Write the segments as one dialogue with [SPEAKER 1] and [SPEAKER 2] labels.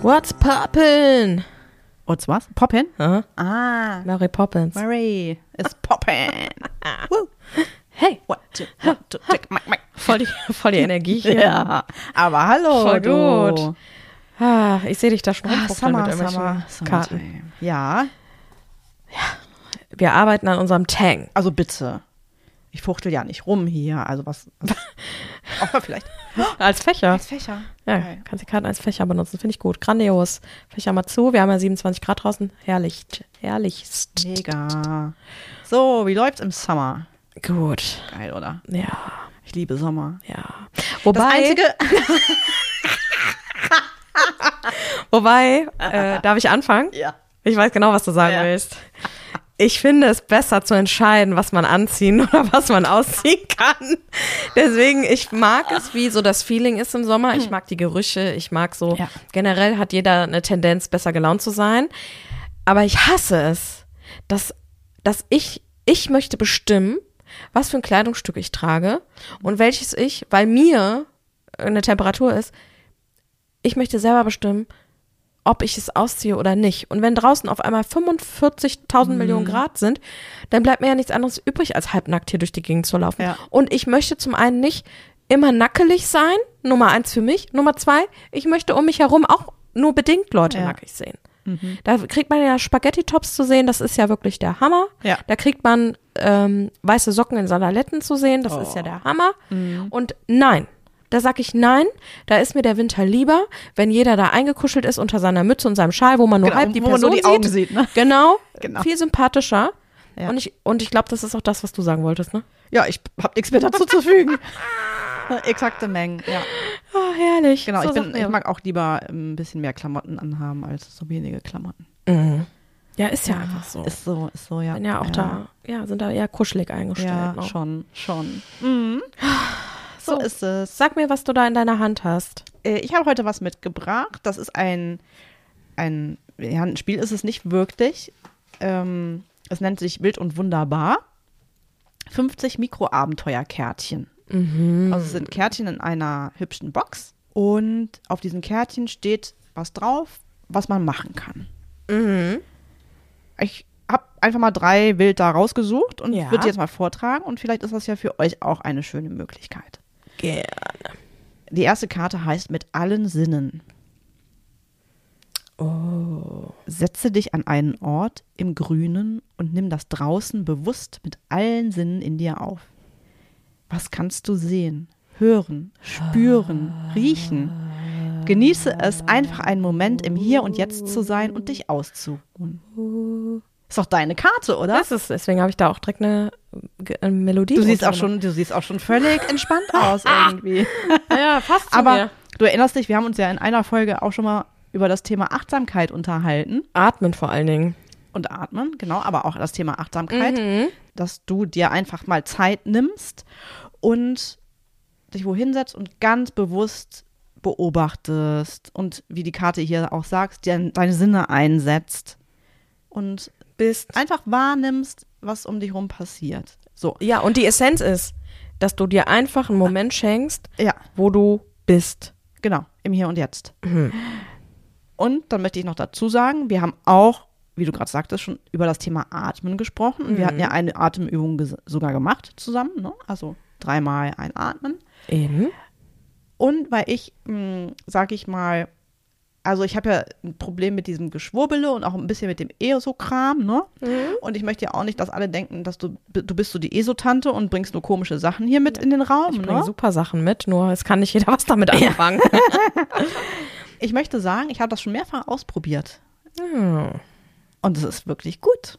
[SPEAKER 1] What's poppin?
[SPEAKER 2] What's was? Poppin?
[SPEAKER 1] Aha.
[SPEAKER 2] Ah,
[SPEAKER 1] Mary Poppins.
[SPEAKER 2] Mary ist poppin. Woo.
[SPEAKER 1] Hey,
[SPEAKER 2] What to, what to tick, mick, mick.
[SPEAKER 1] voll die, voll die Energie hier.
[SPEAKER 2] Ja, aber hallo.
[SPEAKER 1] Voll
[SPEAKER 2] du.
[SPEAKER 1] gut. Ah, ich sehe dich da schon
[SPEAKER 2] Ah,
[SPEAKER 1] rumfuchteln
[SPEAKER 2] Summer,
[SPEAKER 1] mit irgendwelchen
[SPEAKER 2] Summer,
[SPEAKER 1] Karten.
[SPEAKER 2] Summertime. Ja,
[SPEAKER 1] Wir arbeiten an unserem Tang.
[SPEAKER 2] also bitte. Ich fuchtel ja nicht rum hier, also was. aber vielleicht.
[SPEAKER 1] Oh, Als Fächer.
[SPEAKER 2] Fächer.
[SPEAKER 1] Ja,
[SPEAKER 2] Geil.
[SPEAKER 1] kannst die Karten als Fächer benutzen. Finde ich gut. Grandios. Fächer mal zu. Wir haben ja 27 Grad draußen. Herrlich. Herrlichst.
[SPEAKER 2] Mega. So, wie läuft's im Sommer?
[SPEAKER 1] Gut.
[SPEAKER 2] Geil, oder?
[SPEAKER 1] Ja,
[SPEAKER 2] Ich liebe Sommer.
[SPEAKER 1] ja.
[SPEAKER 2] Das
[SPEAKER 1] Wobei,
[SPEAKER 2] einzige.
[SPEAKER 1] wobei äh, darf ich anfangen?
[SPEAKER 2] Ja.
[SPEAKER 1] Ich weiß genau, was du sagen
[SPEAKER 2] Ja.
[SPEAKER 1] willst. Ich finde es besser zu entscheiden, was man anziehen oder was man ausziehen kann. Deswegen, ich mag es, wie so das Feeling ist im Sommer. Ich mag die Gerüche. Ich mag so,
[SPEAKER 2] Ja.
[SPEAKER 1] generell hat jeder eine Tendenz, besser gelaunt zu sein. Aber ich hasse es, dass, dass ich, ich möchte bestimmen, was für ein Kleidungsstück ich trage und welches ich, weil mir eine Temperatur ist, ich möchte selber bestimmen, ob ich es ausziehe oder nicht. Und wenn draußen auf einmal 45.000 Millionen Grad sind, dann bleibt mir ja nichts anderes übrig, als halbnackt hier durch die Gegend zu laufen.
[SPEAKER 2] Ja.
[SPEAKER 1] Und ich möchte zum einen nicht immer nackelig sein, Nummer eins für mich. Nummer zwei, ich möchte um mich herum auch nur bedingt Leute
[SPEAKER 2] Ja. Mhm.
[SPEAKER 1] nackig sehen. Da kriegt man ja Spaghetti-Tops zu sehen, das ist ja wirklich der Hammer.
[SPEAKER 2] Ja.
[SPEAKER 1] Da kriegt man ähm, weiße Socken in Sandaletten zu sehen, das
[SPEAKER 2] Oh. Mhm.
[SPEAKER 1] ist ja der Hammer. Und nein, da sag ich nein, da ist mir der Winter lieber, wenn jeder da eingekuschelt ist unter seiner Mütze und seinem Schal, wo man nur
[SPEAKER 2] Genau,
[SPEAKER 1] halb die
[SPEAKER 2] wo man
[SPEAKER 1] Person
[SPEAKER 2] nur die Augen
[SPEAKER 1] sieht.
[SPEAKER 2] sieht, ne?
[SPEAKER 1] Genau,
[SPEAKER 2] Genau.
[SPEAKER 1] viel sympathischer.
[SPEAKER 2] Ja.
[SPEAKER 1] Und ich, und ich glaube, das ist auch das, was du sagen wolltest, ne?
[SPEAKER 2] Ja, ich hab nichts mehr dazu zu fügen. Exakte Mengen, ja.
[SPEAKER 1] Oh, herrlich.
[SPEAKER 2] Genau,
[SPEAKER 1] So
[SPEAKER 2] ich, bin,
[SPEAKER 1] sagt mir-
[SPEAKER 2] ich mag auch lieber ein bisschen mehr Klamotten anhaben als so wenige Klamotten.
[SPEAKER 1] ja, ist ja, einfach so.
[SPEAKER 2] Ist so, ist so, ja.
[SPEAKER 1] Bin ja auch da, ja, sind da eher kuschelig eingestellt.
[SPEAKER 2] Ja,
[SPEAKER 1] ne? Mhm.
[SPEAKER 2] schon, schon.
[SPEAKER 1] So.
[SPEAKER 2] So ist es.
[SPEAKER 1] Sag mir, was du da in deiner Hand hast.
[SPEAKER 2] Äh, Ich habe heute was mitgebracht. Das ist ein, ein, ja, ein Spiel ist es nicht wirklich. Ähm, es nennt sich Wild und Wunderbar. 50 Mikroabenteuerkärtchen. Also es sind Kärtchen in einer hübschen Box. Und auf diesen Kärtchen steht was drauf, was man machen kann. Ich habe einfach mal drei wild da rausgesucht und
[SPEAKER 1] Ja.
[SPEAKER 2] würde die jetzt mal vortragen. Und vielleicht ist das ja für euch auch eine schöne Möglichkeit.
[SPEAKER 1] Gerne.
[SPEAKER 2] Die erste Karte heißt mit allen Sinnen. Oh. Setze dich an einen Ort im Grünen und nimm das draußen bewusst mit allen Sinnen in dir auf. Was kannst du sehen, hören, spüren, riechen? Genieße es, einfach einen Moment im Hier und Jetzt zu sein und dich auszuruhen. Ist doch deine Karte, oder?
[SPEAKER 1] Das ist, deswegen habe ich da auch direkt eine, äh, eine Melodie.
[SPEAKER 2] Du siehst auch
[SPEAKER 1] runtergenommen.
[SPEAKER 2] schon, du siehst auch schon völlig entspannt aus irgendwie.
[SPEAKER 1] Ja, fast zu
[SPEAKER 2] Aber
[SPEAKER 1] mir.
[SPEAKER 2] du erinnerst dich, wir haben uns ja in einer Folge auch schon mal über das Thema Achtsamkeit unterhalten
[SPEAKER 1] Atmen vor allen Dingen.
[SPEAKER 2] und Atmen, genau, aber auch das Thema Achtsamkeit,
[SPEAKER 1] Mhm.
[SPEAKER 2] dass du dir einfach mal Zeit nimmst und dich wohin setzt und ganz bewusst beobachtest und wie die Karte hier auch sagt, dir deine Sinne einsetzt und
[SPEAKER 1] Bist.
[SPEAKER 2] einfach wahrnimmst, was um dich rum passiert. So,
[SPEAKER 1] Ja, und die Essenz ist, dass du dir einfach einen Moment schenkst,
[SPEAKER 2] ja.
[SPEAKER 1] wo du bist.
[SPEAKER 2] Genau, im Hier und Jetzt. Und dann möchte ich noch dazu sagen, wir haben auch, wie du gerade sagtest, schon über das Thema Atmen gesprochen. Und wir hatten ja eine Atemübung ges- sogar gemacht zusammen, ne? also dreimal einatmen.
[SPEAKER 1] Eben.
[SPEAKER 2] Und weil ich, mh, sag ich mal, also ich habe ja ein Problem mit diesem Geschwurbele und auch ein bisschen mit dem ESO-Kram, ne? Und ich möchte ja auch nicht, dass alle denken, dass du, du bist so die ESO-Tante und bringst nur komische Sachen hier mit in den Raum,
[SPEAKER 1] Ich bringe
[SPEAKER 2] ne?
[SPEAKER 1] super Sachen mit, nur es kann nicht jeder was damit anfangen.
[SPEAKER 2] Ich möchte sagen, ich habe das schon mehrfach ausprobiert. Und es ist wirklich gut.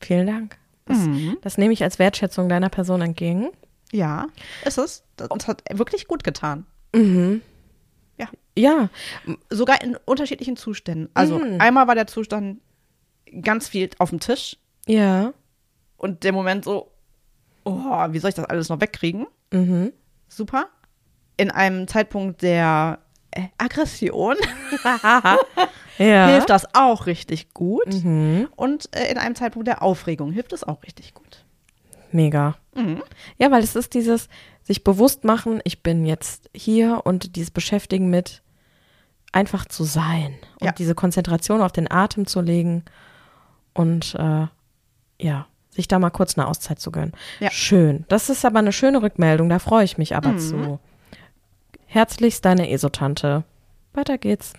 [SPEAKER 1] Hm, Vielen Dank. Das,
[SPEAKER 2] Mhm.
[SPEAKER 1] das nehme ich als Wertschätzung deiner Person entgegen.
[SPEAKER 2] Ja, ist es. Und es hat wirklich gut getan. Ja,
[SPEAKER 1] Ja,
[SPEAKER 2] sogar in unterschiedlichen Zuständen. Also einmal war der Zustand ganz viel auf dem Tisch
[SPEAKER 1] ja.
[SPEAKER 2] und der Moment so, oh, wie soll ich das alles noch wegkriegen?
[SPEAKER 1] Mhm.
[SPEAKER 2] Super. In einem Zeitpunkt der äh, Aggression
[SPEAKER 1] ja.
[SPEAKER 2] hilft das auch richtig gut.
[SPEAKER 1] Mhm.
[SPEAKER 2] Und äh, in einem Zeitpunkt der Aufregung hilft es auch richtig gut.
[SPEAKER 1] Mega.
[SPEAKER 2] Mhm.
[SPEAKER 1] Ja, weil es ist dieses sich bewusst machen, ich bin jetzt hier und dieses Beschäftigen mit, einfach zu sein und
[SPEAKER 2] Ja.
[SPEAKER 1] diese Konzentration auf den Atem zu legen und äh, ja, sich da mal kurz eine Auszeit zu gönnen.
[SPEAKER 2] Ja. Mhm.
[SPEAKER 1] Schön. Das ist aber eine schöne Rückmeldung, da freue ich mich aber zu. Herzlichst deine Esotante. Weiter geht's.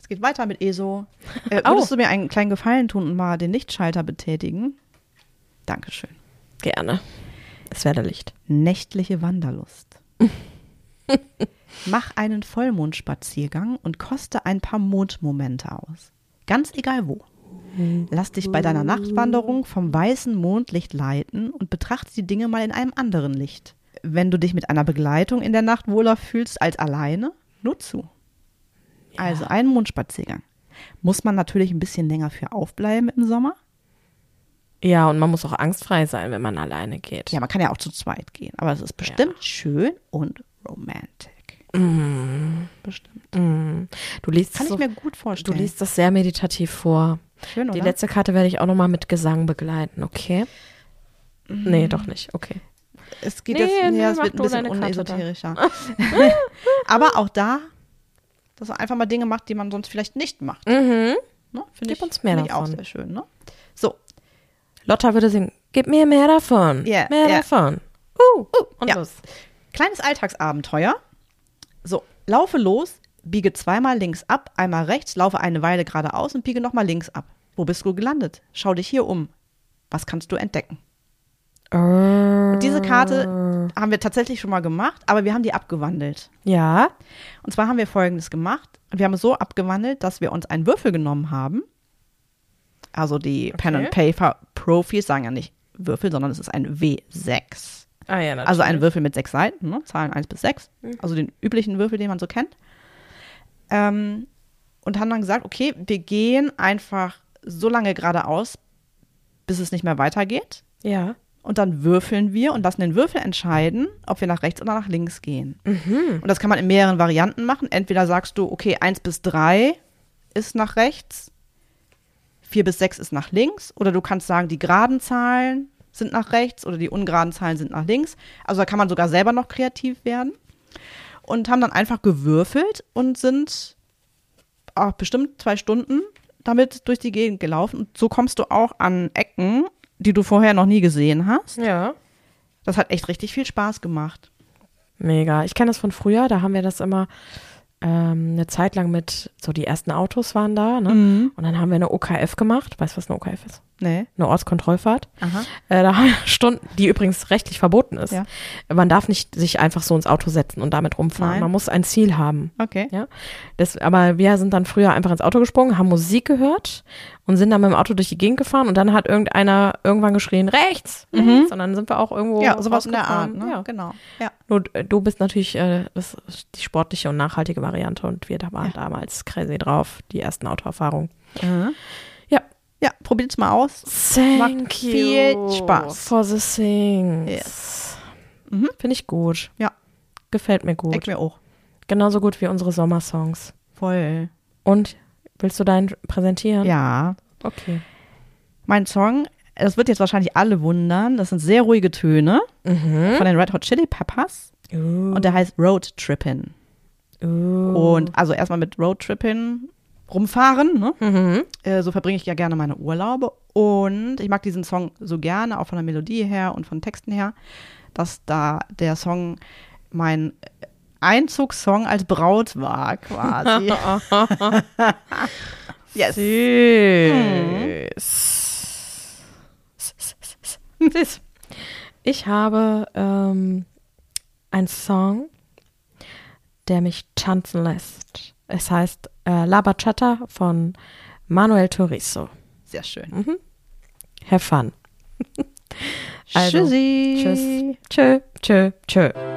[SPEAKER 2] Es geht weiter mit ESO. Äh,
[SPEAKER 1] Au.
[SPEAKER 2] würdest du mir einen kleinen Gefallen tun und mal den Lichtschalter betätigen? Dankeschön.
[SPEAKER 1] Gerne. Es werde Licht.
[SPEAKER 2] Nächtliche Wanderlust. Mach einen Vollmondspaziergang und koste ein paar Mondmomente aus. Ganz egal wo. Lass dich bei deiner Nachtwanderung vom weißen Mondlicht leiten und betrachte die Dinge mal in einem anderen Licht. Wenn du dich mit einer Begleitung in der Nacht wohler fühlst als alleine, nur zu. Also einen Mondspaziergang. Muss man natürlich ein bisschen länger für aufbleiben im Sommer.
[SPEAKER 1] Ja, und man muss auch angstfrei sein, wenn man alleine geht.
[SPEAKER 2] Ja, man kann ja auch zu zweit gehen, aber es ist bestimmt schön und romantic.
[SPEAKER 1] Mhm.
[SPEAKER 2] Bestimmt.
[SPEAKER 1] Du liest
[SPEAKER 2] Kann
[SPEAKER 1] so,
[SPEAKER 2] ich mir gut
[SPEAKER 1] du
[SPEAKER 2] vorstellen.
[SPEAKER 1] liest das sehr meditativ vor.
[SPEAKER 2] schön,
[SPEAKER 1] Die
[SPEAKER 2] oder?
[SPEAKER 1] letzte Karte werde ich auch nochmal mit Gesang begleiten, okay?
[SPEAKER 2] Mhm.
[SPEAKER 1] Nee, doch nicht. Okay.
[SPEAKER 2] es geht
[SPEAKER 1] Nee,
[SPEAKER 2] jetzt,
[SPEAKER 1] nee,
[SPEAKER 2] ja, es
[SPEAKER 1] mach
[SPEAKER 2] wird ein
[SPEAKER 1] du
[SPEAKER 2] bisschen
[SPEAKER 1] deine Karte dann.
[SPEAKER 2] unesoterischer. aber auch da, dass er einfach mal Dinge macht, die man sonst vielleicht nicht macht.
[SPEAKER 1] Mhm.
[SPEAKER 2] Ne? Finde
[SPEAKER 1] Gib
[SPEAKER 2] ich,
[SPEAKER 1] uns mehr
[SPEAKER 2] finde ich auch
[SPEAKER 1] davon.
[SPEAKER 2] sehr schön. Ne? So,
[SPEAKER 1] Lotta würde singen, gib mir mehr davon.
[SPEAKER 2] Ja,
[SPEAKER 1] mehr
[SPEAKER 2] ja.
[SPEAKER 1] davon. Uh, uh, und
[SPEAKER 2] ja.
[SPEAKER 1] los.
[SPEAKER 2] Kleines Alltagsabenteuer. So, laufe los, biege zweimal links ab, einmal rechts, laufe eine Weile geradeaus und biege nochmal links ab. Wo bist du gelandet? Schau dich hier um. Was kannst du entdecken? Und diese
[SPEAKER 1] Mm.
[SPEAKER 2] Karte haben wir tatsächlich schon mal gemacht, aber wir haben die abgewandelt.
[SPEAKER 1] Ja.
[SPEAKER 2] Und zwar haben wir Folgendes gemacht. Und wir haben es so abgewandelt, dass wir uns einen Würfel genommen haben. Also die Pen and Paper Profis sagen ja nicht Würfel, sondern es ist ein W6.
[SPEAKER 1] Ah ja, natürlich.
[SPEAKER 2] Also ein Würfel mit sechs Seiten, ne? Zahlen 1 bis 6. Also den üblichen Würfel, den man so kennt. Ähm, und haben dann gesagt, okay, wir gehen einfach so lange geradeaus, bis es nicht mehr weitergeht.
[SPEAKER 1] ja.
[SPEAKER 2] Und dann würfeln wir und lassen den Würfel entscheiden, ob wir nach rechts oder nach links gehen. Und das kann man in mehreren Varianten machen. Entweder sagst du, okay, 1 bis 3 ist nach rechts, 4 bis 6 ist nach links. Oder du kannst sagen, die geraden Zahlen sind nach rechts oder die ungeraden Zahlen sind nach links. Also da kann man sogar selber noch kreativ werden. Und haben dann einfach gewürfelt und sind auch bestimmt zwei Stunden damit durch die Gegend gelaufen. Und so kommst du auch an Ecken, die du vorher noch nie gesehen hast.
[SPEAKER 1] Ja.
[SPEAKER 2] Das hat echt richtig viel Spaß gemacht.
[SPEAKER 1] Mega. Ich kenne das von früher, da haben wir das immer ähm, eine Zeit lang mit, so die ersten Autos waren da, ne?
[SPEAKER 2] Mhm.
[SPEAKER 1] Und dann haben wir eine OKF gemacht. Weißt du, was eine OKF ist?
[SPEAKER 2] Nee.
[SPEAKER 1] Eine Ortskontrollfahrt.
[SPEAKER 2] Aha.
[SPEAKER 1] Äh, da haben wir Stunden, die übrigens rechtlich verboten ist.
[SPEAKER 2] Ja.
[SPEAKER 1] Man darf nicht sich einfach so ins Auto setzen und damit rumfahren.
[SPEAKER 2] Nein.
[SPEAKER 1] Man muss ein Ziel haben.
[SPEAKER 2] Okay.
[SPEAKER 1] Ja, das, aber wir sind dann früher einfach ins Auto gesprungen, haben Musik gehört und sind dann mit dem Auto durch die Gegend gefahren und dann hat irgendeiner irgendwann geschrien, rechts, rechts. Und dann sind wir auch irgendwo
[SPEAKER 2] Mhm. Ja, sowas in der Art.
[SPEAKER 1] rausgefahren.
[SPEAKER 2] Ne?
[SPEAKER 1] Ja.
[SPEAKER 2] Genau. Ja.
[SPEAKER 1] Nur d- du bist natürlich äh, das ist die sportliche und nachhaltige Variante und wir da waren damals crazy drauf, die ersten Autoerfahrungen. Äh, Ja.
[SPEAKER 2] ja, probiert's mal aus.
[SPEAKER 1] Thank
[SPEAKER 2] Macht
[SPEAKER 1] you.
[SPEAKER 2] viel Spaß.
[SPEAKER 1] For the things.
[SPEAKER 2] Mhm.
[SPEAKER 1] Finde ich gut.
[SPEAKER 2] Ja.
[SPEAKER 1] Gefällt mir
[SPEAKER 2] Echt
[SPEAKER 1] gut.
[SPEAKER 2] mir auch.
[SPEAKER 1] Genauso gut wie unsere Sommersongs.
[SPEAKER 2] Voll.
[SPEAKER 1] Und willst du deinen präsentieren?
[SPEAKER 2] Ähm. Ja.
[SPEAKER 1] Okay.
[SPEAKER 2] Mein Song, das wird jetzt wahrscheinlich alle wundern. Das sind sehr ruhige Töne
[SPEAKER 1] Hm?
[SPEAKER 2] von den Red Hot Chili Peppers. Mhm.
[SPEAKER 1] Mhm. Oh.
[SPEAKER 2] Und der heißt Road Trippin'. Und also erstmal mit Road Trippin' rumfahren, ne?
[SPEAKER 1] Mhm.
[SPEAKER 2] Äh, so verbringe ich ja gerne meine Urlaube. Und ich mag diesen Song so gerne, auch von der Melodie her und von Texten her, dass da der Song mein Einzugssong als Braut war, quasi. yes. Mhm.
[SPEAKER 1] Süß. Süß. Ich habe ähm, einen Song, der mich tanzen lässt. Es heißt äh, La Bachata von Manuel Turizo. Mhm.
[SPEAKER 2] Sehr schön.
[SPEAKER 1] Have fun. Also,
[SPEAKER 2] Tschüssi.
[SPEAKER 1] Tschüss. Tschö, tschö, tschö.